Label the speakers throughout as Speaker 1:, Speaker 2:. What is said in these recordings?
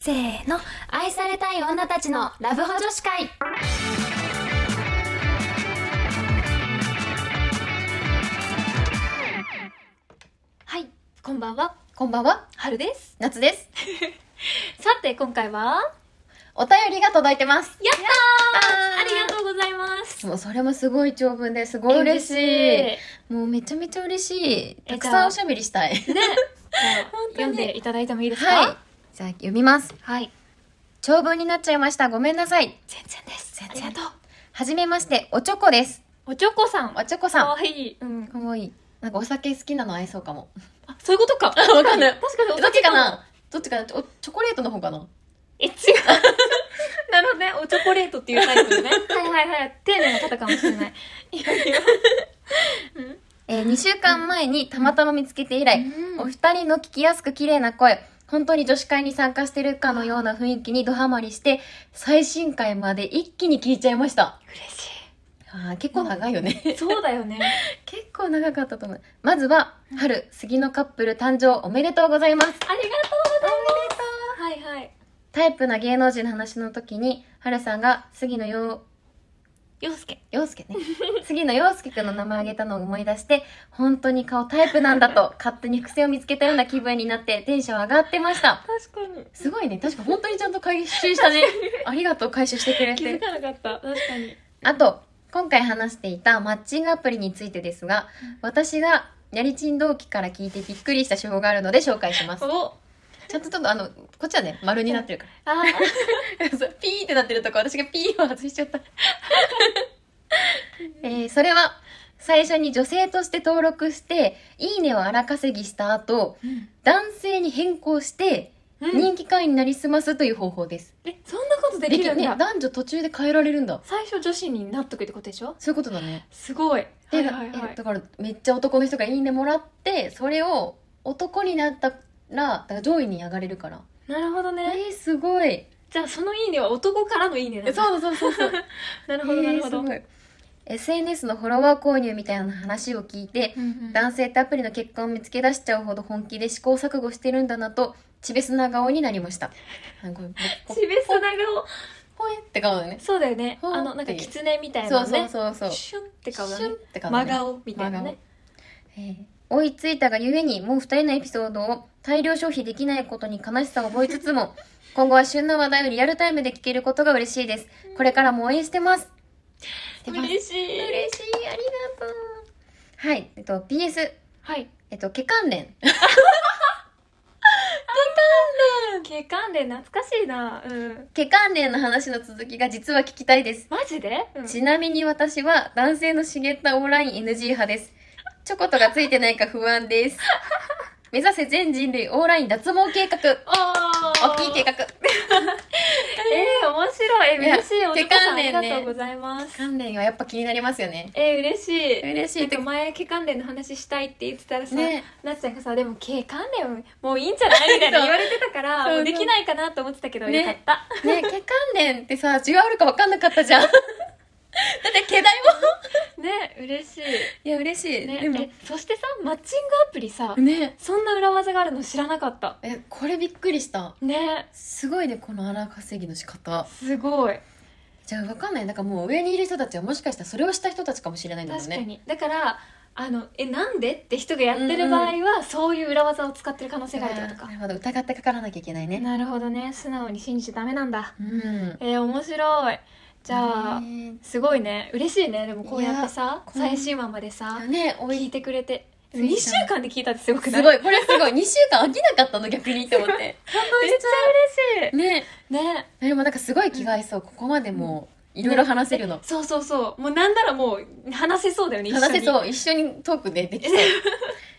Speaker 1: せーの愛されたい女たちのラブホ女子会はいこんばんは
Speaker 2: こんばんは、
Speaker 1: 春です
Speaker 2: 夏です。
Speaker 1: さて今回は
Speaker 2: お便りが届いてます。
Speaker 1: やった
Speaker 2: やったー
Speaker 1: ーありがとうございます
Speaker 2: もうそれもすごい長文ですごい嬉しい。
Speaker 1: え
Speaker 2: もうめちゃめちゃ嬉しい。
Speaker 1: え
Speaker 2: たくさんおしゃべりしたい。
Speaker 1: 嬉しいね
Speaker 2: 本当に
Speaker 1: 読んでいただいてもいいですか
Speaker 2: はい。じゃあ読みます。
Speaker 1: はい
Speaker 2: 長文になっちゃいました。ごめんなさい。
Speaker 1: 全然です
Speaker 2: 全然
Speaker 1: ありがとう
Speaker 2: はじめまして、おちょこです。
Speaker 1: おちょこさん
Speaker 2: おちょこ
Speaker 1: か
Speaker 2: さ
Speaker 1: わいい、うん
Speaker 2: ん。、かわいい。なんかお酒好きなの合いそうかも。
Speaker 1: あそういうことか
Speaker 2: わかんない
Speaker 1: 確かにお
Speaker 2: どっ
Speaker 1: 酒
Speaker 2: ちかなどっちかなおチョコレートの方かな
Speaker 1: え、違う。 なるほどね。おチョコレートっていうタイプでね。 はいはいはい。丁寧な方かもしれない。いやいや。
Speaker 2: えー、2週間前にたまたま見つけて以来、
Speaker 1: うん
Speaker 2: お二人の聞きやすく綺麗な声、本当に女子会に参加してるかのような雰囲気にドハマりして、最新回まで一気に聞いちゃいました。
Speaker 1: 嬉し
Speaker 2: あー結構長いよね。
Speaker 1: い。そうだよね。
Speaker 2: 結構長かったと思う。まずは、春、杉のカップル誕生おめでとうございます。
Speaker 1: ありがとうございます。はいはい。
Speaker 2: タイプな芸能人の話の時に、春さんが杉野よ
Speaker 1: 洋介。
Speaker 2: 陽介 ね杉野陽介くんの名前を挙げたのを思い出して本当に顔タイプなんだと勝手に伏線を見つけたような気分になってテンション上がってました
Speaker 1: 確かに。
Speaker 2: すごいね確か本当にちゃんと回収したねありがとう回収してくれ
Speaker 1: 気づ
Speaker 2: て
Speaker 1: かなかった。確かに。
Speaker 2: あと今回話していたマッチングアプリについてですが私がやりちん同期から聞いてびっくりした手法があるので紹介します
Speaker 1: お
Speaker 2: ちゃんとちょっとあのこっちはね丸になってるから
Speaker 1: あ
Speaker 2: そうピーってなってるとこ私がピーを外しちゃった、 えーそれは最初に女性として登録して「いいね」を荒稼ぎした後男性に変更して
Speaker 1: うん。
Speaker 2: 人気会員になりすますという方法です、
Speaker 1: え、そんなことできるん
Speaker 2: ね
Speaker 1: だ。
Speaker 2: 男女途中で変えられるんだ
Speaker 1: 最初女子になっとくってことでしょ
Speaker 2: そういうことだね
Speaker 1: すごい。は
Speaker 2: で、
Speaker 1: いはいは
Speaker 2: え
Speaker 1: い。
Speaker 2: だからめっちゃ男の人が「いいね」もらってそれを男になったらだから上位に上がれるから
Speaker 1: なるほど
Speaker 2: え
Speaker 1: ね。
Speaker 2: ー、すごい
Speaker 1: じゃあそのいいねは男からのいいねなんだ。
Speaker 2: そうそうそう そう
Speaker 1: なるほどなるほど。
Speaker 2: えーすごい SNS のフォロワー購入みたいな話を聞いて、
Speaker 1: うんうん
Speaker 2: 男性ってアプリの結果を見つけ出しちゃうほど本気で試行錯誤してるんだなとちべすな顔になりましたなん かこう
Speaker 1: ちべすな顔。
Speaker 2: ほえって顔だね
Speaker 1: そうだよね。
Speaker 2: ほう
Speaker 1: あの、なんか、
Speaker 2: っていう
Speaker 1: 狐みたい
Speaker 2: そ
Speaker 1: な
Speaker 2: う
Speaker 1: ね。
Speaker 2: そうそうそう
Speaker 1: シュンって顔だ
Speaker 2: シュン
Speaker 1: ね
Speaker 2: っ。て顔だ
Speaker 1: 真
Speaker 2: ね
Speaker 1: 顔みたいなね。
Speaker 2: えー追いついたがゆえにもう2人のエピソードを大量消費できないことに悲しさを覚えつつも 今後は旬な話題をリアルタイムで聞けることが嬉しいですこれからも応援してますしてます
Speaker 1: 嬉しい。
Speaker 2: 嬉しいありがとうはいえっと PS
Speaker 1: はい。
Speaker 2: えっと毛関連
Speaker 1: 血管で懐かしいな。うん。
Speaker 2: 毛関連の話の続きが実は聞きたいです
Speaker 1: マジでうん
Speaker 2: ちなみに私は男性の茂ったオーライン NG 派ですチョコとがついてないか不安です 目指せ全人類オーライン脱毛計
Speaker 1: お
Speaker 2: 画
Speaker 1: ー
Speaker 2: 大きい計画
Speaker 1: えー、面白い。
Speaker 2: いや
Speaker 1: 嬉しい。お父さん、
Speaker 2: 血管連ね
Speaker 1: ありがとうございます。
Speaker 2: 関連はやっぱ気になりますよね
Speaker 1: えー、嬉しい。
Speaker 2: 嬉し
Speaker 1: ないんか前毛関連の話したいって言ってたらさ、
Speaker 2: ね
Speaker 1: なっちゃんがさ「でも毛関連もういいんじゃない?」みたいな
Speaker 2: そう
Speaker 1: 言われてたから
Speaker 2: そうそう
Speaker 1: もうできないかなと思ってたけど、
Speaker 2: ね
Speaker 1: よかった
Speaker 2: ね毛関連ってさ需要あるか分かんなかっ たじゃんだって毛代も
Speaker 1: ね嬉し
Speaker 2: いや嬉し
Speaker 1: い、
Speaker 2: い、
Speaker 1: ね、
Speaker 2: でも
Speaker 1: えそしてさマッチングアプリさ、
Speaker 2: ね
Speaker 1: そんな裏技があるの知らなかった
Speaker 2: えこれびっくりした
Speaker 1: ね
Speaker 2: すごいねこの荒稼ぎの仕方
Speaker 1: すごい
Speaker 2: じゃあ分かんないだからもう上にいる人たちはもしかしたらそれをした人たちかもしれないんだもん
Speaker 1: 確か
Speaker 2: ね
Speaker 1: にだからあのえなんでって人がやってる場合は、そういう裏技を使ってる可能性があるってこと
Speaker 2: あー
Speaker 1: か
Speaker 2: なるほど疑ってかからなきゃいけないね
Speaker 1: なるほどね素直に信じちゃダメなんだ
Speaker 2: うん
Speaker 1: えー、面白いじゃあ、
Speaker 2: ね
Speaker 1: すごいね嬉しいねでもこうやってさ
Speaker 2: いやこん
Speaker 1: 最新話までさ
Speaker 2: ねお
Speaker 1: 聞
Speaker 2: い
Speaker 1: いてくれて
Speaker 2: つい
Speaker 1: 2
Speaker 2: た
Speaker 1: 週間で聞いたってすごく
Speaker 2: す
Speaker 1: ない
Speaker 2: ご
Speaker 1: めっ
Speaker 2: いこれすごい2週間飽きなかったの逆にって 思って
Speaker 1: ちゃ嬉し
Speaker 2: ね
Speaker 1: いね
Speaker 2: でもなんかすごい気が合いそうここまでもういろいろ話せるの
Speaker 1: そうそうそうもうなんならもう話せそうだよね一緒に
Speaker 2: 話せそう一緒にトークで できそう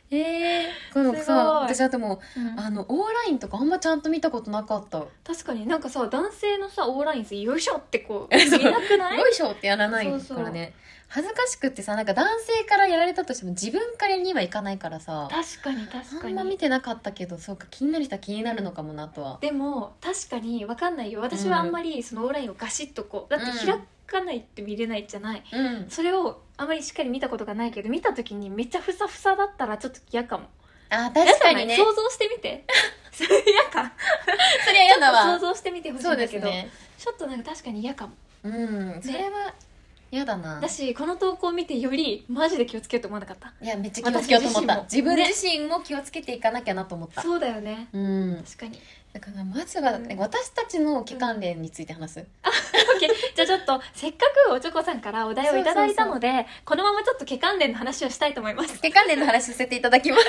Speaker 2: ええこの
Speaker 1: すごい
Speaker 2: さ私あとも
Speaker 1: うん、
Speaker 2: うあのオーラインとかあんまちゃんと見たことなかったよ
Speaker 1: 確かになんかさ男性のさオーラインさよいしょってこう 見なくない
Speaker 2: いしょってやらない
Speaker 1: そ
Speaker 2: か
Speaker 1: うそ
Speaker 2: ら
Speaker 1: う
Speaker 2: ね恥ずかしくってさなんか男性からやられたとしても自分からにはいかないからさ
Speaker 1: 確かに確
Speaker 2: あ
Speaker 1: か
Speaker 2: んま見
Speaker 1: に
Speaker 2: てなかったけどそうか気になる人は気になるのかもなとは
Speaker 1: でも確かに分かんないよ私はあんまりそのオーラインをガシッとこうだって開かないって見れないじゃない、
Speaker 2: うん
Speaker 1: それをあまりしっかり見たことがないけど見た時にめっちゃふさふさだったらちょっと嫌かも
Speaker 2: あ確かにね
Speaker 1: 皆 さん想像してみてそれ嫌か
Speaker 2: そりゃ嫌
Speaker 1: ち
Speaker 2: だ
Speaker 1: ょ
Speaker 2: わ
Speaker 1: っと想像してみてほしい
Speaker 2: そうん
Speaker 1: だ
Speaker 2: で
Speaker 1: け
Speaker 2: す
Speaker 1: ど、
Speaker 2: ね
Speaker 1: ちょっとなんか確かに嫌かも
Speaker 2: うんそれは嫌だな
Speaker 1: だしこの投稿を見てよりマジで気をつけようと思わなかった
Speaker 2: いやめっちゃ気をつけようと思った
Speaker 1: 私自
Speaker 2: 自
Speaker 1: 身も
Speaker 2: 分自身も気をつけていかなきゃなと思った、
Speaker 1: そうだよね
Speaker 2: うん
Speaker 1: 確かに
Speaker 2: だからまずは、
Speaker 1: うん
Speaker 2: 私たちの期間連について話す、
Speaker 1: じゃあちょっとせっかくおちょこさんからお題をいただいたのでこのままちょっと毛関連の話をしたいと思います
Speaker 2: 期間連の話させていただきます、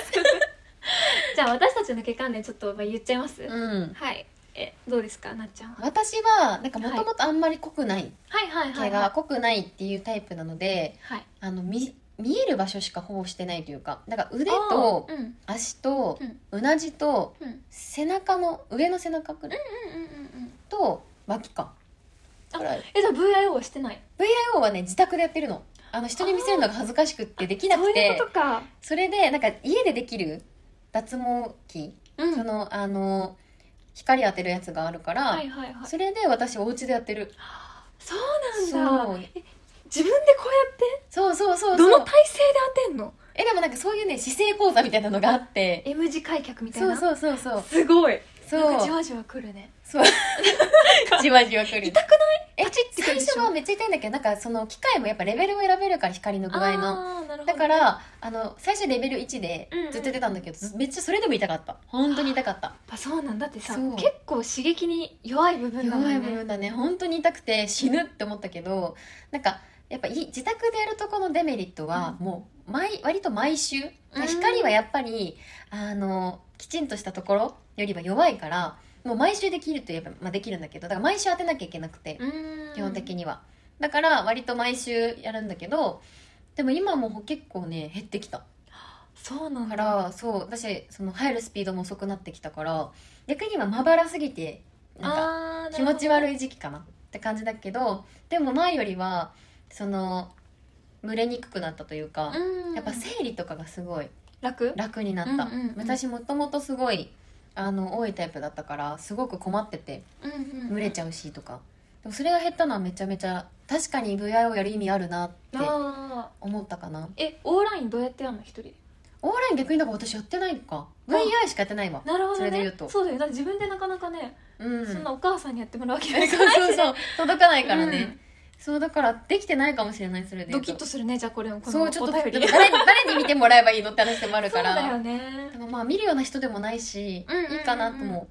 Speaker 1: じゃあ私たちの毛関連ちょっとまあ言っちゃいます、
Speaker 2: うん、
Speaker 1: はいえどうですかなっちゃんは
Speaker 2: 私はなんかもともとあんまり濃くない、
Speaker 1: はいはいは
Speaker 2: 毛
Speaker 1: いはい
Speaker 2: が濃くないっていうタイプなので
Speaker 1: はい
Speaker 2: あの見見える場所しか保護してないというかだから腕と
Speaker 1: あーうん
Speaker 2: 足と
Speaker 1: うん
Speaker 2: うなじと
Speaker 1: うん
Speaker 2: 背中の上の背中くらい
Speaker 1: うんうんうんうん
Speaker 2: と脇か
Speaker 1: あ
Speaker 2: くらい
Speaker 1: えじゃあ VIO はしてない
Speaker 2: VIO はね自宅でやってるのあの人に見せるのが恥ずかしくってできなく
Speaker 1: そういう
Speaker 2: て
Speaker 1: ことか
Speaker 2: それでなんか家でできる脱毛器、
Speaker 1: うん
Speaker 2: そのあの光当てるやつがあるから、
Speaker 1: はいはいはい
Speaker 2: それで私お家でやってる
Speaker 1: そうなんだ
Speaker 2: そう
Speaker 1: え自分でこうやって
Speaker 2: そうそうそうそう
Speaker 1: どの体勢で当てんの
Speaker 2: えでもなんかそういうね姿勢講座みたいなのがあって
Speaker 1: M 字開脚みたい
Speaker 2: そう
Speaker 1: な
Speaker 2: そうそうそう
Speaker 1: すごい
Speaker 2: そ
Speaker 1: なんかじ
Speaker 2: う
Speaker 1: わじわくるね
Speaker 2: そうじわじわくる
Speaker 1: 痛くない
Speaker 2: え
Speaker 1: パチッてく
Speaker 2: 最
Speaker 1: るでしょ
Speaker 2: 初はめっちゃ痛いんだけどなんかその機械もやっぱレベルを選べるから光の具合の
Speaker 1: あーなるほど
Speaker 2: だからあの最初レベル1で
Speaker 1: うんうん
Speaker 2: ずっと出たんだけど、ずめっちゃそれでも痛かった本当に痛かった
Speaker 1: やっぱそうなんだってさ
Speaker 2: そう
Speaker 1: 結構刺激に弱い部分なの
Speaker 2: 弱い部
Speaker 1: ね
Speaker 2: 分だね本当に痛くて死ぬって思ったけどなんかやっぱい自宅でやるとこのデメリットは
Speaker 1: うん
Speaker 2: もう毎割と毎週
Speaker 1: うん
Speaker 2: 光はやっぱりあのきちんとしたところよりは弱いからもう毎週できるといえば、まあ、できるんだけどだから毎週当てなきゃいけなくて
Speaker 1: うーん
Speaker 2: 基本的にはだから割と毎週やるんだけどでも今もう結構ね減ってきた
Speaker 1: そうなん
Speaker 2: か
Speaker 1: だ
Speaker 2: らそう私その入るスピードも遅くなってきたから逆に今まばらすぎてなんか
Speaker 1: あー
Speaker 2: 気持ち
Speaker 1: い
Speaker 2: 悪い時期かなって感じだけどでも前よりはその蒸れにくくなったというか、やっぱ生理とかがすごい
Speaker 1: 楽
Speaker 2: 楽になった、
Speaker 1: うんうんうん
Speaker 2: 私もともとすごいあの多いタイプだったからすごく困ってて蒸れち
Speaker 1: ゃ
Speaker 2: ゃうしとかでもそれが減ったのはめちゃめちゃ確かに VI をやる意味あるなって
Speaker 1: あ
Speaker 2: 思ったかな
Speaker 1: ーえオーラインどうやってやるの一人で
Speaker 2: オーライン逆にだから私やってないのか VI しかやってないわ
Speaker 1: なるほどね
Speaker 2: それで言うと
Speaker 1: そうだよだって自分でなかなかね、
Speaker 2: うん
Speaker 1: そんなお母さんにやってもらうわけ
Speaker 2: そ
Speaker 1: な
Speaker 2: う
Speaker 1: いから
Speaker 2: そうそう届かないからね、
Speaker 1: うん
Speaker 2: そうだからできてないかもしれないそれで言
Speaker 1: ド
Speaker 2: う
Speaker 1: キッとするねじゃあこれをこの
Speaker 2: そうちょっと
Speaker 1: お便り
Speaker 2: でも誰に誰に見てもらえばいいのって話でもある
Speaker 1: そ
Speaker 2: か
Speaker 1: う
Speaker 2: ら
Speaker 1: だよね
Speaker 2: でもまあ見るような人でもないし、
Speaker 1: うんうんうんうん
Speaker 2: いいかなとも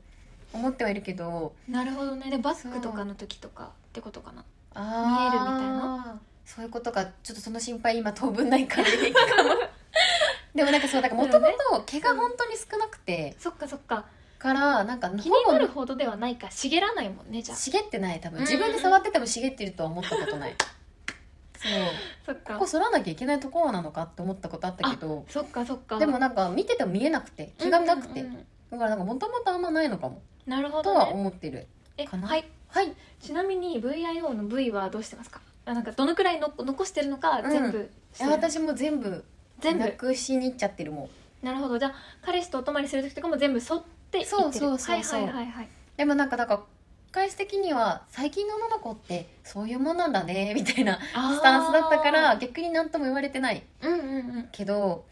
Speaker 2: 思ってはいるけど
Speaker 1: なるほどねでバスクとかの時とかってことかな
Speaker 2: あー
Speaker 1: 見えるみたい
Speaker 2: そういうことかちょっとその心配今当分ないからできるか もでもなんかそうだからもともと毛が本当に少なくて
Speaker 1: そっかそっか
Speaker 2: からなんかほぼ
Speaker 1: 気になるほどではないか茂らないもんねじゃあ
Speaker 2: 茂ってない多分
Speaker 1: うんうんうん
Speaker 2: 自分で触ってても茂ってるとは思ったことないそ
Speaker 1: そ
Speaker 2: う
Speaker 1: っか
Speaker 2: ここ剃らなきゃいけないところなのかって思ったことあったけど
Speaker 1: そっかそっか
Speaker 2: でもなんか見てても見えなくて気がなくて、
Speaker 1: うんうんうん
Speaker 2: だからなんかもともとあんまないのかも
Speaker 1: なるほ
Speaker 2: と
Speaker 1: ど、
Speaker 2: は
Speaker 1: ね、
Speaker 2: 思ってる
Speaker 1: え
Speaker 2: かな
Speaker 1: はい
Speaker 2: はい
Speaker 1: ちなみに VIO の V はどうしてますかあなんかどのくらいの残してるのか
Speaker 2: うん
Speaker 1: 全部し
Speaker 2: い
Speaker 1: てる、
Speaker 2: や私も全部
Speaker 1: 全
Speaker 2: な
Speaker 1: 部
Speaker 2: くしに行っちゃってるもん
Speaker 1: なるほどじゃあ彼氏とお泊まりする時とかも全部剃っていってる
Speaker 2: そうそうそうそう
Speaker 1: はいはいはいはい
Speaker 2: でもなんかだから返し的には最近の女の子ってそういうもんなんだね みたいなス
Speaker 1: ス
Speaker 2: タンスだったから逆に何とも言われてない
Speaker 1: うんうんうん
Speaker 2: けど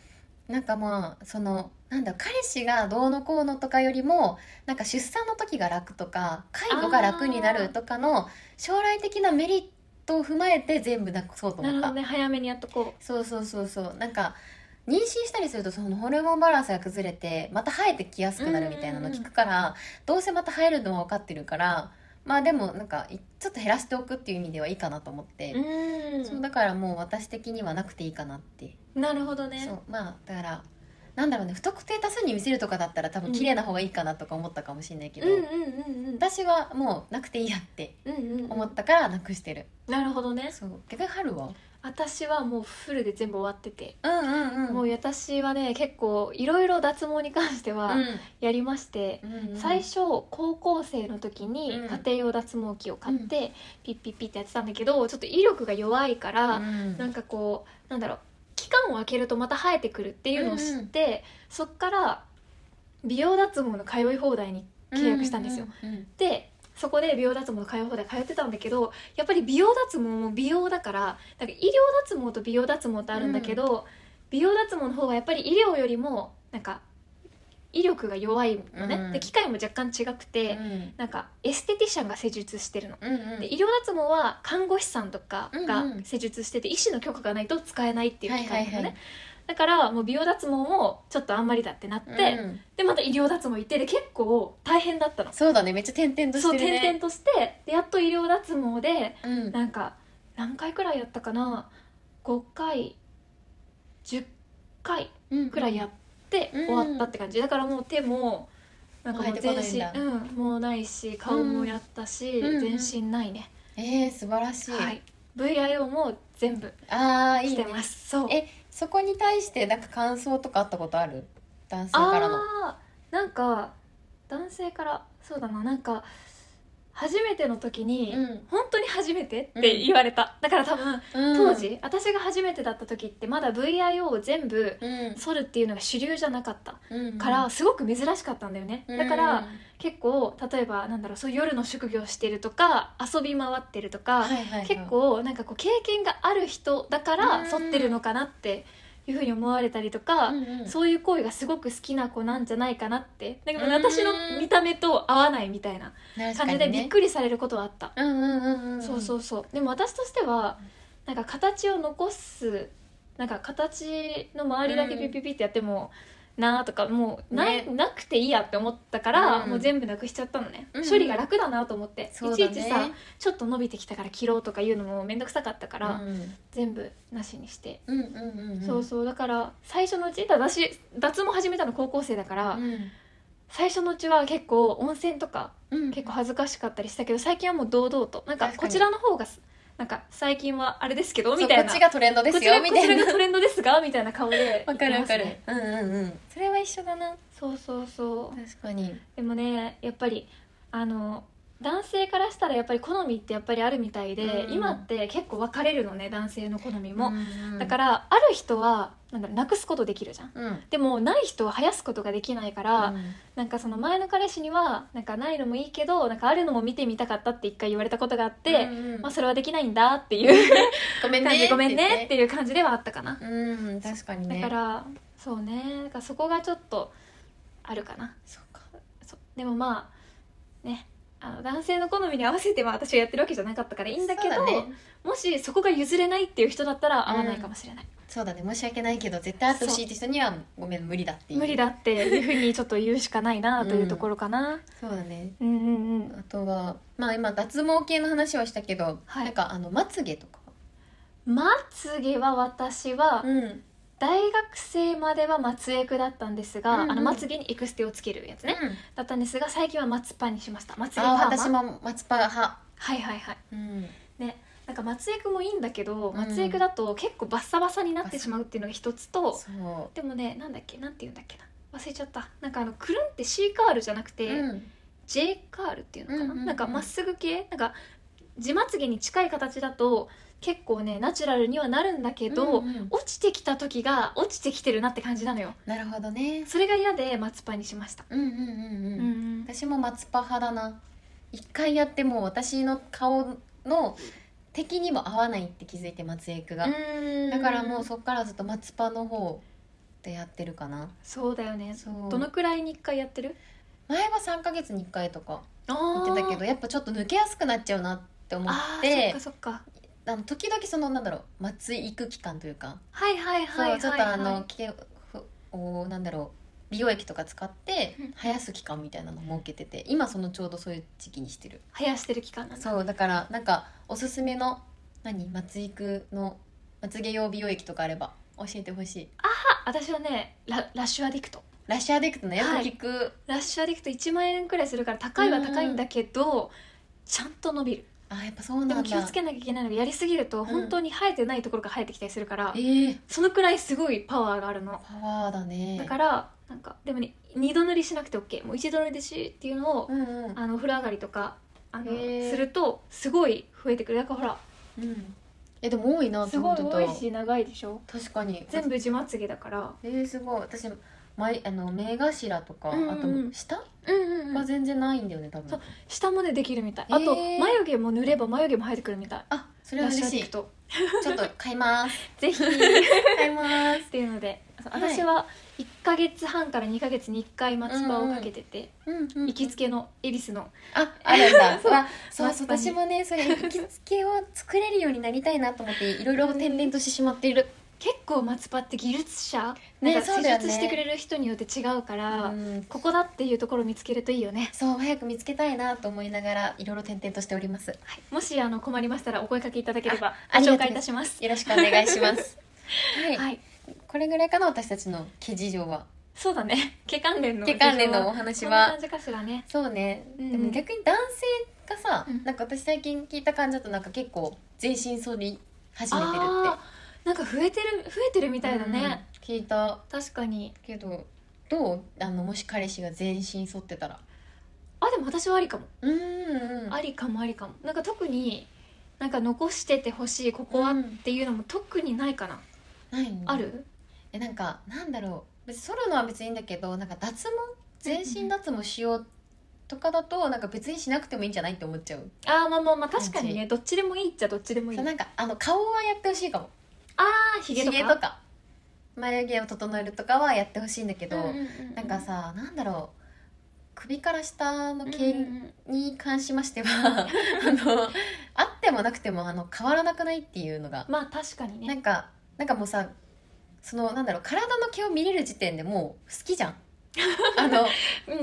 Speaker 2: なんかまあそのなんだ彼氏がどうのこうのとかよりもなんか出産の時が楽とか介護が楽になるとかの将来的なメリットを踏まえて全部なくそうと
Speaker 1: な
Speaker 2: 思
Speaker 1: る
Speaker 2: っ
Speaker 1: ほど
Speaker 2: た
Speaker 1: ね早めにやっとこ
Speaker 2: そうそうそうそうなんか妊娠したりするとそのホルモンバランスが崩れてまた生えてきやすくなるみたいなの聞くからどうせまた生えるのは分かってるからまあでもなんかいちょっと減らしておくっていう意味ではいいかなと思っ
Speaker 1: う
Speaker 2: て、
Speaker 1: うん
Speaker 2: そうだからもう私的にはなくていいかなって、
Speaker 1: なるほど
Speaker 2: そ
Speaker 1: ね
Speaker 2: うまあだからなんだろうね不特定多数に見せるとかだったら多分綺麗な方がいいかなとか思ったかもしれないけ
Speaker 1: う
Speaker 2: ど、
Speaker 1: んうんうんうん
Speaker 2: 私はもうなくていいやって
Speaker 1: うんうん
Speaker 2: 思ったからなくしてる、
Speaker 1: なるほどね
Speaker 2: そう逆に春は
Speaker 1: 私はもうフルで全部終わってて、
Speaker 2: うんうん
Speaker 1: もう私はね結構いろいろ脱毛に関してはやりまして、最初高校生の時に
Speaker 2: うん
Speaker 1: 家庭用脱毛器を買って、ピッピッピッってやってたんだけどちょっと威力が弱いから、
Speaker 2: うん
Speaker 1: なんかこうなんだろう期間を空けるとまた生えてくるっていうのを知って、そっから美容脱毛の通い放題に契約したんですよ。
Speaker 2: うんうんうん
Speaker 1: でそこで美容脱毛の通い放題通ってたんだけどやっぱり美容脱毛も美容だからなんか医療脱毛と美容脱毛ってあるんだけど、美容脱毛の方はやっぱり医療よりもなんか威力が弱いのね、
Speaker 2: うん
Speaker 1: で機械も若干違くて、
Speaker 2: うん
Speaker 1: なんかエステティシャンが施術してるの。
Speaker 2: うんうん
Speaker 1: で医療脱毛は看護師さんとか
Speaker 2: うんう
Speaker 1: が
Speaker 2: ん
Speaker 1: 施術してて、医師の許可がないと使えないっていう機械なのね、
Speaker 2: はいはいはい
Speaker 1: だからもう美容脱毛もちょっとあんまりだってなって、
Speaker 2: うん
Speaker 1: でまた医療脱毛行ってで結構大変だったの
Speaker 2: そうだねめっちゃ点々とし
Speaker 1: そう
Speaker 2: てるね
Speaker 1: 転々としてでやっと医療脱毛で
Speaker 2: うん
Speaker 1: なんか何回くらいやったかな5回10回
Speaker 2: うん
Speaker 1: くらいやって
Speaker 2: うん
Speaker 1: 終わったって感じ、だからもう手もなんかもう全
Speaker 2: もう生えて
Speaker 1: 身
Speaker 2: こない
Speaker 1: うん、もうないし顔もやったし、
Speaker 2: うんうんうん
Speaker 1: 全身ないね、
Speaker 2: えー、素晴らしい、
Speaker 1: はい VIO も全部
Speaker 2: ああい
Speaker 1: 来
Speaker 2: いね
Speaker 1: てますそう
Speaker 2: えそこに対してなんか感想とかあったことある男性からの
Speaker 1: あーなんか男性からそうだななんか初めての時に、
Speaker 2: うん
Speaker 1: 本当に初めてって言われた、だから多分当、時私が初めてだった時ってまだ VIO を全部
Speaker 2: うん
Speaker 1: 剃るっていうのが主流じゃなかった
Speaker 2: うん、
Speaker 1: からすごく珍しかったんだよね、
Speaker 2: うん
Speaker 1: だから、結構例えばなんだろうそう夜の職業してるとか遊び回ってるとか、
Speaker 2: はいはいはい
Speaker 1: 結構なんかこう経験がある人だか
Speaker 2: うん
Speaker 1: ら剃ってるのかなっていうふうに思われたりとか、
Speaker 2: うんうん
Speaker 1: そういう行為がすごく好きな子なんじゃないかなってだから
Speaker 2: うん
Speaker 1: 私の見た目と合わないみたいな感じでびっくりされることはあった、
Speaker 2: 確かにねうんうんうんうん
Speaker 1: そう
Speaker 2: う
Speaker 1: そうそうでも私としてはなんか形を残すなんか形の周りだけピピピってやっても、なあとかもうない、
Speaker 2: ね
Speaker 1: なくていいやって思ったから、
Speaker 2: うん
Speaker 1: もう全部なくしちゃったのね、
Speaker 2: うん
Speaker 1: 処理が楽だなと思って、
Speaker 2: そう
Speaker 1: い
Speaker 2: だ
Speaker 1: ち
Speaker 2: ね
Speaker 1: いちさちょっと伸びてきたから切ろうとかいうのも面倒くさかったから、
Speaker 2: うん
Speaker 1: 全部なしにして、
Speaker 2: うんうんうん
Speaker 1: そうそうだから最初のうちただ私脱毛始めたの高校生だから、
Speaker 2: うん
Speaker 1: 最初のうちは結構温泉とか
Speaker 2: うん
Speaker 1: 結構恥ずかしかったりしたけど最近はもう堂々となんか
Speaker 2: 確か
Speaker 1: こ
Speaker 2: に
Speaker 1: ちらの方がすなんか最近はあれですけど
Speaker 2: そう
Speaker 1: みたいな
Speaker 2: こっちがトレンドですよ
Speaker 1: こ
Speaker 2: み
Speaker 1: ち
Speaker 2: た
Speaker 1: らこ
Speaker 2: い
Speaker 1: ちら
Speaker 2: な
Speaker 1: がトレンドですがみたいな顔で
Speaker 2: わかるわかる
Speaker 1: いますね
Speaker 2: うんうんうんそれは一緒だな
Speaker 1: そうそうそう
Speaker 2: 確かに
Speaker 1: でもねやっぱりあの男性からしたらやっぱり好みってやっぱりあるみたいで、
Speaker 2: うん
Speaker 1: 今って結構分かれるのね男性の好みも、だかららある人はなんだろうなくすことできるじゃん
Speaker 2: うん
Speaker 1: でもない人は生やすことができないから、なんかその前の彼氏にはなんかないのもいいけどなんかあるのも見てみたかったって一回言われたことがあって、
Speaker 2: うんうん
Speaker 1: まあ、それはできないんだっていう
Speaker 2: ごめんね
Speaker 1: 感じごめんね
Speaker 2: 言
Speaker 1: ってていう感じではあったかな、
Speaker 2: うん確かにね
Speaker 1: だからそうねだからそこがちょっとあるかな
Speaker 2: そうか
Speaker 1: そうでもまあねあの男性の好みに合わせては私はやってるわけじゃなかったからいいんだけ
Speaker 2: そ
Speaker 1: ど
Speaker 2: うね
Speaker 1: もしそこが譲れないっていう人だったら合わないかもしれない、
Speaker 2: そうだね申し訳ないけど絶対会ってほしいって人にはごめん無理だっていう
Speaker 1: 無理だっていうふうにちょっと言うしかないなというところかな、
Speaker 2: そうだね
Speaker 1: うん、うんうん
Speaker 2: あとはまあ今脱毛系の話はしたけど、
Speaker 1: はい
Speaker 2: なんかあのまつげとか
Speaker 1: まつげは私は
Speaker 2: うん
Speaker 1: 大学生まではまつエクだったんですが、
Speaker 2: うんうん
Speaker 1: あのまつげにエクステをつけるやつね、だったんですが最近はまつパにしましたまつげパー
Speaker 2: あ
Speaker 1: マ
Speaker 2: 私もまつパ派
Speaker 1: はいはいはい
Speaker 2: うん
Speaker 1: なんかまつエクもいいんだけど
Speaker 2: ん
Speaker 1: まつエクだと結構バッサバサになってしまうっていうのが一つと
Speaker 2: そ
Speaker 1: でもねなんだっけなんて言うんだっけな忘れちゃったなんかあのくるんって C カールじゃなく
Speaker 2: う
Speaker 1: て、
Speaker 2: うん、
Speaker 1: J カールっていうのかな、
Speaker 2: うんうんうん
Speaker 1: なんかまっすぐ系なんか地まつげに近い形だと結構ねナチュラルにはなるんだけど、
Speaker 2: うんうん
Speaker 1: 落ちてきた時が落ちてきてるなって感じなのよ
Speaker 2: なるほどね
Speaker 1: それが嫌で松パにしました。
Speaker 2: うんうんうんうん、私もまつパ派だな一回やってもう私の顔の敵にも合わないって気づいてまつエクが、だからもうそっからずっとまつパの方でやってるかな
Speaker 1: そうだよね。
Speaker 2: そう
Speaker 1: どのくらいに一回やってる？
Speaker 2: 前は3ヶ月に1回とか
Speaker 1: あ
Speaker 2: 言ってたけどやっぱちょっと抜けやすくなっちゃうなって思っ
Speaker 1: あー
Speaker 2: て
Speaker 1: そっかそっか。
Speaker 2: あの時々そのなんだろう松井行く期間というか、
Speaker 1: はいはいはいはいはい。
Speaker 2: そうちょっとあのけふおなんだろう美容液とか使って
Speaker 1: うん
Speaker 2: 生やす期間みたいなの設けてて今そのちょうどそういう時期にしてる
Speaker 1: 生やしてる期間なんだ。
Speaker 2: そうだからなんかおすすめの何松井くのまつげ用美容液とかあれば教えてほしい
Speaker 1: あ私はねララッシュアディクト。
Speaker 2: ラッシュアディクトのよく
Speaker 1: はい
Speaker 2: 聞く、
Speaker 1: ラッシュアディクト1万円くらいするから高いは高いんだけど。ちゃんと伸びる
Speaker 2: あやっぱそうなん
Speaker 1: で
Speaker 2: だ
Speaker 1: も気をつけなきゃいけないのがやりすぎると
Speaker 2: ん
Speaker 1: 本当に生えてないところが生えてきたりするから、
Speaker 2: えー、
Speaker 1: そのくらいすごいパワーがあるの
Speaker 2: パワーだね
Speaker 1: だからなんかでもね二度塗りしなくて OK もう一度塗りでしっていうのを
Speaker 2: うんうん
Speaker 1: あのお風呂上がりとかあの
Speaker 2: へー
Speaker 1: するとすごい増えてくるだからほら
Speaker 2: うんえでも多いなって思ってた
Speaker 1: 長いでしょ
Speaker 2: 確かに
Speaker 1: 全部地まつげだから
Speaker 2: えー、すごい私前あの目頭とか、
Speaker 1: うんうんうん
Speaker 2: あと下
Speaker 1: うん
Speaker 2: は全然ないんだよね多分、
Speaker 1: そう下までできるみたい
Speaker 2: へー
Speaker 1: あと眉毛も塗れば眉毛も生えてくるみたい
Speaker 2: あそれ
Speaker 1: ラ
Speaker 2: は
Speaker 1: ッシ
Speaker 2: 嬉
Speaker 1: ュア
Speaker 2: し
Speaker 1: デ
Speaker 2: い
Speaker 1: ィクト
Speaker 2: ちょっと買います
Speaker 1: ぜひっ
Speaker 2: 買います
Speaker 1: ていうのでそう
Speaker 2: はい
Speaker 1: 私は1ヶ月半から2ヶ月に1回松葉をかけてて、
Speaker 2: うんうん
Speaker 1: 行きつけの恵比寿の
Speaker 2: ああるんだ
Speaker 1: そう
Speaker 2: わそう
Speaker 1: 松
Speaker 2: そう
Speaker 1: 葉に
Speaker 2: 私もねそれ行きつけを作れるようになりたいなと思っていろいろ転々としてしまっている、
Speaker 1: 結構松葉って技術者、
Speaker 2: ね
Speaker 1: なんか
Speaker 2: そう
Speaker 1: 施
Speaker 2: だよね
Speaker 1: 術してくれる人によって違うから、
Speaker 2: うん
Speaker 1: ここだっていうところを見つけるといいよね、
Speaker 2: そう早く見つけたいなと思いながらいろいろ転々としております
Speaker 1: はい、もしあの困りましたらお声かけいただければご
Speaker 2: あありがと
Speaker 1: 紹介い
Speaker 2: うございま
Speaker 1: た
Speaker 2: す
Speaker 1: します
Speaker 2: よろしくお願いします はい、
Speaker 1: はい、
Speaker 2: これぐらいかな私たちの毛事情は
Speaker 1: そうだね 毛関連の
Speaker 2: 毛関連のお話は
Speaker 1: こんな感じかしらね
Speaker 2: そうね、
Speaker 1: うん
Speaker 2: でも逆に男性がさ、
Speaker 1: うん
Speaker 2: なんか私最近聞いた感じだとなんか結構全身剃り始めてるって
Speaker 1: あーなんか増えてる増えてるみたいだね、
Speaker 2: うん聞いた
Speaker 1: 確かに
Speaker 2: けどどうあのもし彼氏が全身剃ってたら
Speaker 1: あでも私はありかも、
Speaker 2: うんうん
Speaker 1: ありかもありかもなんか特になんか残しててほしいここは
Speaker 2: うん
Speaker 1: っていうのも特にないかな、
Speaker 2: ないの
Speaker 1: ある
Speaker 2: えなんかなんだろう別に剃るのは別にいいんだけどなんか脱毛全身脱毛しようとかだとなんか別にしなくてもいいんじゃないって思っちゃう、
Speaker 1: あーまあまあまあ確かにねどっちでもいいっちゃどっちでもいい
Speaker 2: そ
Speaker 1: あ
Speaker 2: うなんかあの顔はやってほしいかも
Speaker 1: あーひ
Speaker 2: ひ
Speaker 1: げ
Speaker 2: げ
Speaker 1: と
Speaker 2: と
Speaker 1: か
Speaker 2: か眉毛を整えるとかはやってほしいんだけど、
Speaker 1: うんうんうんうん
Speaker 2: なんかさなんだろう首から下の
Speaker 1: うんうん
Speaker 2: 毛に関しましては、 あのあってもなくてもあの変わらなくないっていうのが、
Speaker 1: まあ確かに
Speaker 2: な
Speaker 1: ね
Speaker 2: んかなんかもうさそのなんだろう体の毛を見れる時点でもう好きじ ゃんあの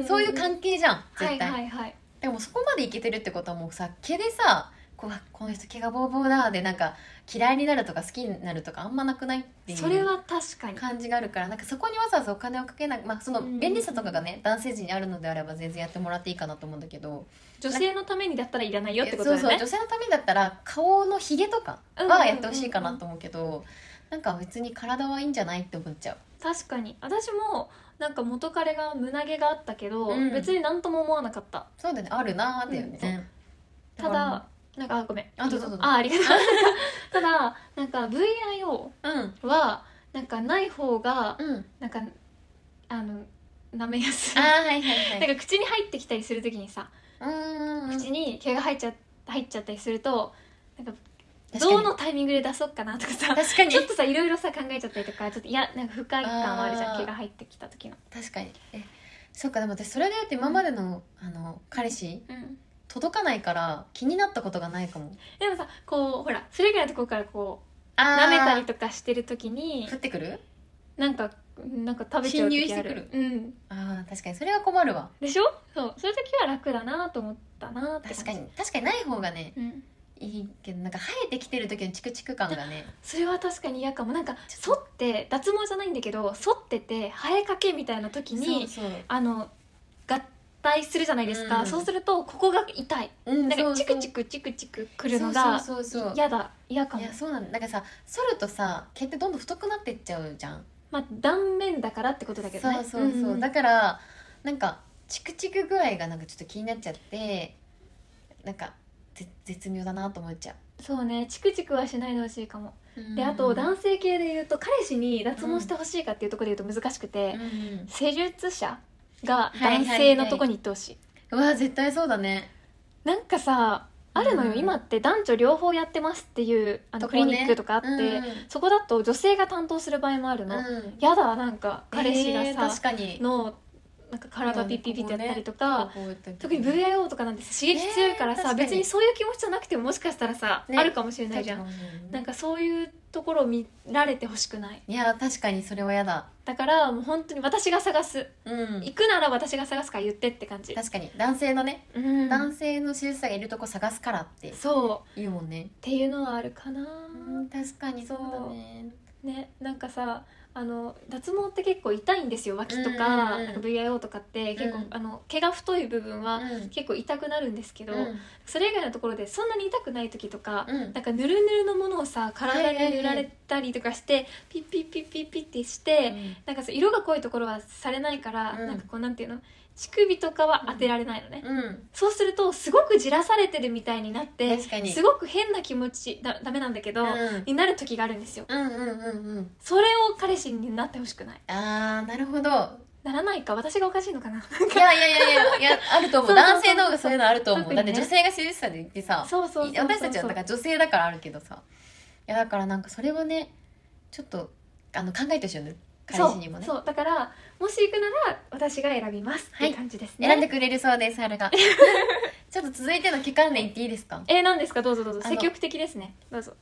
Speaker 2: そういう関係じゃん絶対、
Speaker 1: はいはいはい
Speaker 2: でもそこまでいけてるってことはもうさ毛でさこうわこの人毛がボーボーだでなんか嫌いになるとか好きになるとかあんまなくないっていう
Speaker 1: それは確かに
Speaker 2: 感じがあるからなんかそこにわざわざお金をかけない、まあ、その
Speaker 1: うん
Speaker 2: 便利さとかがね、男性陣にあるのであれば全然やってもらっていいかなと思うんだけど
Speaker 1: 女性のためにだったらいらないよってこと
Speaker 2: そ
Speaker 1: だ
Speaker 2: う
Speaker 1: よ
Speaker 2: そう
Speaker 1: ね
Speaker 2: 女性のためだったら顔のひげとか
Speaker 1: うんうんうんう
Speaker 2: は
Speaker 1: ん
Speaker 2: やってほしいかなと思うけど、なんか別に体はいいんじゃないって思っちゃう
Speaker 1: 確かに私もなんか元彼が胸毛があったけど、
Speaker 2: うん
Speaker 1: 別になんとも思わなかった
Speaker 2: そうだよねあるなーだよね、
Speaker 1: ただなんかあごめん
Speaker 2: あどうぞどうぞ
Speaker 1: あありがとうただなんか VIO
Speaker 2: らうん
Speaker 1: はなんかない方が
Speaker 2: うん
Speaker 1: なんかあの舐めやす
Speaker 2: あ
Speaker 1: い
Speaker 2: ーはいはい
Speaker 1: な
Speaker 2: はい
Speaker 1: んか口に入ってきたりするときにさ、
Speaker 2: うんうんうん
Speaker 1: 口に毛が入っちゃ入っちゃったりすると
Speaker 2: 確か
Speaker 1: ど
Speaker 2: に
Speaker 1: のタイミングで出そうかなとかさ
Speaker 2: 確かに
Speaker 1: ちょっとさいろいろさ考えちゃったりとかちょっといやなんか不快感はあるじゃ
Speaker 2: あ
Speaker 1: ん
Speaker 2: ー
Speaker 1: 毛が入ってきた時の、
Speaker 2: 確かにえそうかでも私それで言うと今までのあの彼氏
Speaker 1: うん、
Speaker 2: 届かないから気になったことがないかも
Speaker 1: でもさこうほらそれぐらいのところからこう
Speaker 2: あ
Speaker 1: 舐めたりとかしてる時に
Speaker 2: 降ってくる
Speaker 1: なんかなんか食べちゃう時あ
Speaker 2: 侵入して
Speaker 1: る
Speaker 2: く
Speaker 1: うん
Speaker 2: あー確かにそれは困るわ
Speaker 1: でしょそうそういう時は楽だなと思ったなって感じ
Speaker 2: 確かに確かにない方がね
Speaker 1: うん、
Speaker 2: いいけどなんか生えてきてる時のチクチク感がね
Speaker 1: それは確かに嫌かもなんか剃って脱毛じゃないんだけど剃ってて生えかけみたいな時に
Speaker 2: そうそう
Speaker 1: あの合体するじゃないですか、
Speaker 2: うん
Speaker 1: そうするとここが痛い
Speaker 2: うん
Speaker 1: なん
Speaker 2: そう
Speaker 1: かチクチク
Speaker 2: ク
Speaker 1: チクチクくるのが
Speaker 2: そうそうそうそう
Speaker 1: 嫌だ嫌か
Speaker 2: い
Speaker 1: も
Speaker 2: やそうなんなんかさ剃るとさ毛ってどんどん太くなってっちゃうじゃん
Speaker 1: まあ断面だからってことだけどね
Speaker 2: そうそうそう、
Speaker 1: ん
Speaker 2: だからなんかチクチク具合がなんかちょっと気になっちゃってなんかぜ絶妙だなと思っちゃ
Speaker 1: そうねチクチクはしないでほしいかも、
Speaker 2: う
Speaker 1: であと男性系で言うと彼氏に脱毛してほしいかっていうところで言うと難しくて、
Speaker 2: うん
Speaker 1: 施術者が男性のとこに行ってほしい,、
Speaker 2: うわ絶対そうだね
Speaker 1: なんかさあるのよ、
Speaker 2: うん
Speaker 1: 今って男女両方やってますっていうあの
Speaker 2: とこ
Speaker 1: ク
Speaker 2: ね
Speaker 1: リニックとかあって、そこだと女性が担当する場合もある
Speaker 2: うん
Speaker 1: の、
Speaker 2: うん
Speaker 1: やだなんか彼氏
Speaker 2: えー
Speaker 1: が
Speaker 2: 確
Speaker 1: さ、
Speaker 2: かに
Speaker 1: のなんか体ピッピッピッってやったりとか、
Speaker 2: こうやって
Speaker 1: 特に VIO とかなんて刺激強いから
Speaker 2: ね
Speaker 1: さ、
Speaker 2: え確かに
Speaker 1: 別にそういう気持ちじゃなくてももしかしたらさ、
Speaker 2: ね
Speaker 1: あるかもしれないじゃん、
Speaker 2: 確かに
Speaker 1: なんかそういうところを見られてほしくない
Speaker 2: いや確かにそれはやだ
Speaker 1: だからもう本当に私が探す、
Speaker 2: うん
Speaker 1: 行くなら私が探すから言ってって感じ、
Speaker 2: 確かに男性のね、
Speaker 1: うん、
Speaker 2: 男性の手術者がいるとこ探すからって
Speaker 1: そう
Speaker 2: 言うもんね、
Speaker 1: っていうのはあるかな、
Speaker 2: 確かにそう
Speaker 1: だ
Speaker 2: ね
Speaker 1: ねなんかさあの脱毛って結構痛いんですよ脇とか,、
Speaker 2: うんうんうん
Speaker 1: なんか VIO とかって結構、
Speaker 2: うん
Speaker 1: あの毛が太い部分
Speaker 2: う
Speaker 1: は
Speaker 2: ん
Speaker 1: 結構痛くなるんですけど、
Speaker 2: うん
Speaker 1: それ以外のところでそんなに痛くない時とか、
Speaker 2: うん
Speaker 1: なんかぬるぬるのものをさ体に塗られたりとかして、ピッピッピッピッピッってして、なんかさ色が濃いところはされないから、
Speaker 2: うん
Speaker 1: なんかこうなんていうの乳首とかは当てられないのね、
Speaker 2: うん
Speaker 1: そうするとすごくじらされてるみたいになって
Speaker 2: 確かに
Speaker 1: すごく変な気持ちだダメなんだけど、
Speaker 2: うん
Speaker 1: になる時があるんですよ
Speaker 2: うんうんうんうん
Speaker 1: それを彼氏になってほしくない
Speaker 2: あーなるほどいや
Speaker 1: ならないか私がおかしいのか ない
Speaker 2: やいやいやいやあると思う
Speaker 1: そうそうそう
Speaker 2: 男性の方がそういうのあると思う、
Speaker 1: 特
Speaker 2: だっ
Speaker 1: に
Speaker 2: て
Speaker 1: ね
Speaker 2: 女性が手術者で行ってさ
Speaker 1: そうそうそうそう
Speaker 2: 私たちはだから女性だからあるけどさいやだからなんかそれはねちょっとあの考えてほしいよね彼氏にもね
Speaker 1: そうそうだからもし行くなら私が選びますっていう感じですね、
Speaker 2: 選んでくれるそうです春がちょっと続いての期間で言っていいですか
Speaker 1: えー、何ですかどうぞどうぞ
Speaker 2: あの
Speaker 1: 積極的ですねどうぞ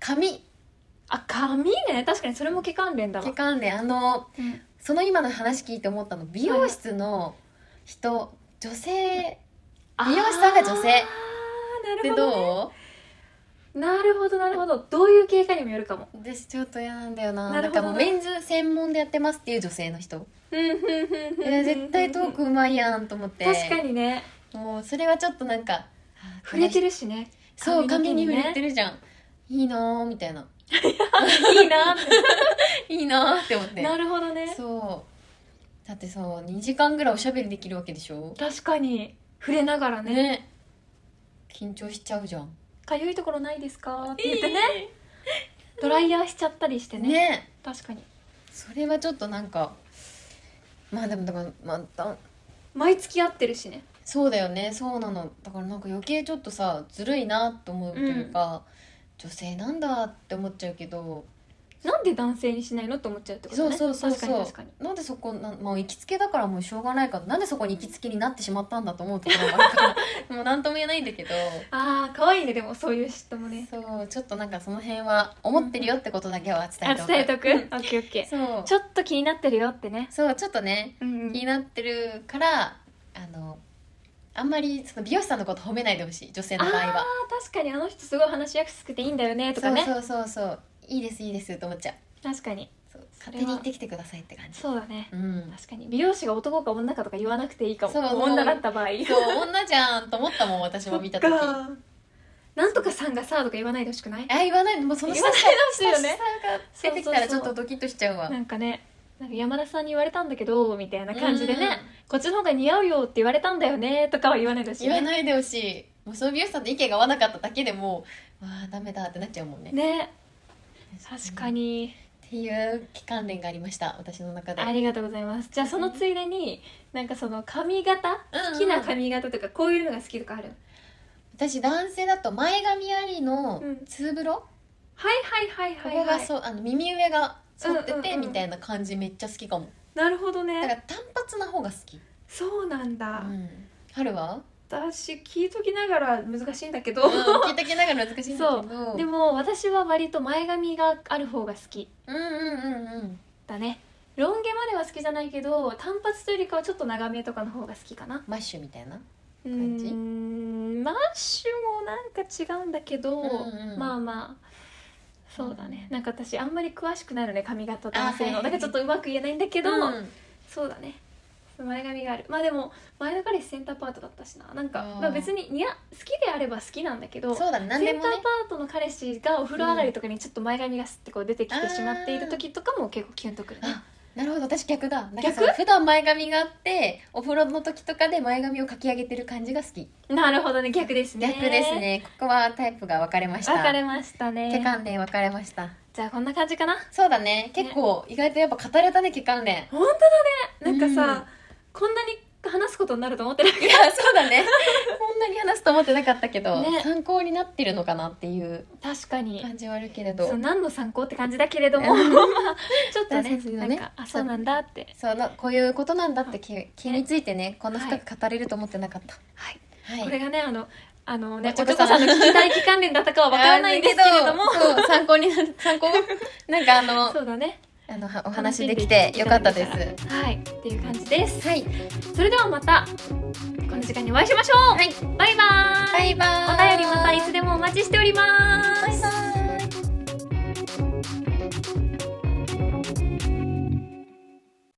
Speaker 2: 髪
Speaker 1: あ髪ね確かにそれも毛関連だ
Speaker 2: 期
Speaker 1: わ、
Speaker 2: 間であの
Speaker 1: うん
Speaker 2: その今の話聞いて思ったの美容室の人女性美容師さんが女
Speaker 1: あ
Speaker 2: 性
Speaker 1: ーなる
Speaker 2: で
Speaker 1: ほどね
Speaker 2: ど
Speaker 1: なるほどなるほどどういう経過にもよるかも
Speaker 2: う私ちょっと嫌なんだよな
Speaker 1: な
Speaker 2: な
Speaker 1: る
Speaker 2: ん
Speaker 1: ほど
Speaker 2: かもうメンズ専門でやってますっていう女性の人えー絶
Speaker 1: 絶
Speaker 2: 対トークうまいやんと思って
Speaker 1: 確かにね
Speaker 2: もうそれはちょっとなんかあー
Speaker 1: 触れてるしね
Speaker 2: そう髪
Speaker 1: 髪の毛に
Speaker 2: に
Speaker 1: ね
Speaker 2: 触れてるじゃんいいなーみたいない
Speaker 1: いなっ
Speaker 2: いいなーって思ってて
Speaker 1: なるほどね
Speaker 2: そうだってそう2時間ぐらいおしゃべりできるわけでしょ
Speaker 1: 確かに触れながらね
Speaker 2: ね緊張しちゃうじゃん
Speaker 1: かゆいところないですか?」って言ってねドライヤーしちゃったりして
Speaker 2: ね
Speaker 1: ね確かに
Speaker 2: それはちょっとなんかまあでもだからまあだ
Speaker 1: 毎月合ってるしね
Speaker 2: そうだよねそうなのだからなんか余計ちょっとさずるいなと思うというか、女性なんだって思っちゃうけど
Speaker 1: なんで男性にしないのと思っちゃうってことね
Speaker 2: そうそうそうそう
Speaker 1: 確かに確かに
Speaker 2: なんでそこなんもう行きつけだからもうしょうがないからなんでそこに行きつけになってしまったんだと思うところがある からもう何とも言えないんだけど
Speaker 1: ああ可愛いねでもそういう嫉妬もね
Speaker 2: そうちょっとなんかその辺は思ってるよってことだけは伝え
Speaker 1: あ
Speaker 2: ておく
Speaker 1: 伝えとくオッケーオッケ
Speaker 2: そう
Speaker 1: ーちょっと気になってるよってね
Speaker 2: そうちょっとね
Speaker 1: うんう
Speaker 2: 気に
Speaker 1: ん
Speaker 2: なってるからあのあんまりその美容師さんのこと褒めないでほしい女性
Speaker 1: あ
Speaker 2: の場合は
Speaker 1: あ確かにあの人すごい話しやすくていいんだよねとか
Speaker 2: そう
Speaker 1: ね
Speaker 2: そうそうそういいですいいですと思っちゃう
Speaker 1: 確かに
Speaker 2: そう
Speaker 1: そ
Speaker 2: 勝
Speaker 1: れ
Speaker 2: 手
Speaker 1: は
Speaker 2: に行ってきてくださいって感じ
Speaker 1: そうだね
Speaker 2: うん
Speaker 1: 確かに美容師が男か女かとか言わなくていいかも
Speaker 2: そうそう
Speaker 1: 女だった場合
Speaker 2: そう女じゃんと思ったもん私も見た時
Speaker 1: そっ
Speaker 2: あ
Speaker 1: かなんとかさんがさとか言わないでほしくない
Speaker 2: 言わないもうその
Speaker 1: 言わないでほしいよね
Speaker 2: 下が出てきたらちょっ
Speaker 1: そ
Speaker 2: と
Speaker 1: う
Speaker 2: ドキッとしちゃうわ
Speaker 1: なんかねなんか山田さんに言われたんだけどみたいな感じで
Speaker 2: うん
Speaker 1: ねこっちの方が似合うよって言われたんだよねとかは言わないでほしい
Speaker 2: 言わ
Speaker 1: ね
Speaker 2: ないでほしいもうその美容師さんと意見が合わなかっただけでもうわあダメだってなっちゃうもんね
Speaker 1: ね確か
Speaker 2: に
Speaker 1: に
Speaker 2: っていう期間連がありました私の中で
Speaker 1: ありがとうございますじゃあそのついでになんかその髪型
Speaker 2: うんうん
Speaker 1: 好きな髪型とかこういうのが好きとかある
Speaker 2: 私男性だと前髪ありの
Speaker 1: うん
Speaker 2: ツーブロ、
Speaker 1: はいはいはいはい
Speaker 2: ここ
Speaker 1: は
Speaker 2: が
Speaker 1: い
Speaker 2: そうあの耳上が反って
Speaker 1: うんうん
Speaker 2: て
Speaker 1: うん
Speaker 2: みたいな感じめっちゃ好きかも、
Speaker 1: なるほど
Speaker 2: だか
Speaker 1: ね
Speaker 2: ら単発な方が好き、
Speaker 1: そうなんだ
Speaker 2: うん、春は、
Speaker 1: 私聞いときながら難しいんだけど
Speaker 2: うん、聞いてきながら難しいんだけど
Speaker 1: で
Speaker 2: も
Speaker 1: も私は割と前髪がある方が好き
Speaker 2: うんうんうんうん
Speaker 1: だねロン毛までは好きじゃないけど単発というよりかはちょっと長めとかの方が好きかな
Speaker 2: マッシュみたいな
Speaker 1: うー
Speaker 2: 感じ
Speaker 1: んマッシュもなんか違うんだけど、
Speaker 2: うんうん
Speaker 1: まあまあそうだねなんか私あんまり詳しくないのね髪型男性の、
Speaker 2: あは
Speaker 1: だ
Speaker 2: いはい
Speaker 1: からちょっとうまく言えないんだけど、
Speaker 2: うん
Speaker 1: そうだね前髪があるまあでも前の彼氏センターパートだったしななんか
Speaker 2: あー
Speaker 1: まあ、別にいや好きであれば好きなんだけど
Speaker 2: そうだね何
Speaker 1: セ
Speaker 2: で
Speaker 1: ン
Speaker 2: も
Speaker 1: ター
Speaker 2: ね
Speaker 1: パートの彼氏がお風呂上がりとかにちょっと前髪がすってこう出てきてしまっている時とかも結構キュンとくるね
Speaker 2: あなるほど私逆だなんかその普段前髪があってお風呂の時とかで前髪をかき上げてる感じが好き
Speaker 1: なるほどね逆ですね
Speaker 2: 逆ですねここはタイプが分かれました
Speaker 1: 分かれました
Speaker 2: 手
Speaker 1: ね
Speaker 2: 関連分かれました
Speaker 1: じゃあこんな感じかな
Speaker 2: そうだね結構意外とやっぱ語れたね期間連
Speaker 1: 本当だねなんかさ、こんなに話すことになると思ってなかっ
Speaker 2: いやそうだね こんなに話すと思ってなかったけど、
Speaker 1: ね
Speaker 2: 参考になってるのかなっていう
Speaker 1: た確かに
Speaker 2: 感じはあるけれど
Speaker 1: そう何の参考って感じだけれども
Speaker 2: う
Speaker 1: ち
Speaker 2: ん
Speaker 1: ょっと ね
Speaker 2: 大切だ
Speaker 1: なん
Speaker 2: ね
Speaker 1: かあそうなんだって
Speaker 2: そうなこういうことなんだって気気についてねこんな深く語れると思ってなかった、
Speaker 1: はい、
Speaker 2: はい
Speaker 1: これがねあのあのね
Speaker 2: お
Speaker 1: お
Speaker 2: ちょ
Speaker 1: ち
Speaker 2: こ
Speaker 1: ょこ
Speaker 2: さん
Speaker 1: さんの聞きたい期間連だったかは分からないんですけれ ども
Speaker 2: あーだけどそう参考になる 参考なんかあの
Speaker 1: そうだね
Speaker 2: あのはお話できてよかったです
Speaker 1: はいっていう感じです
Speaker 2: はい
Speaker 1: それではまたこの時間にお会いしましょう、
Speaker 2: はい
Speaker 1: バイバーイ
Speaker 2: バイバーイ
Speaker 1: お便りまたいつでもお待ちしております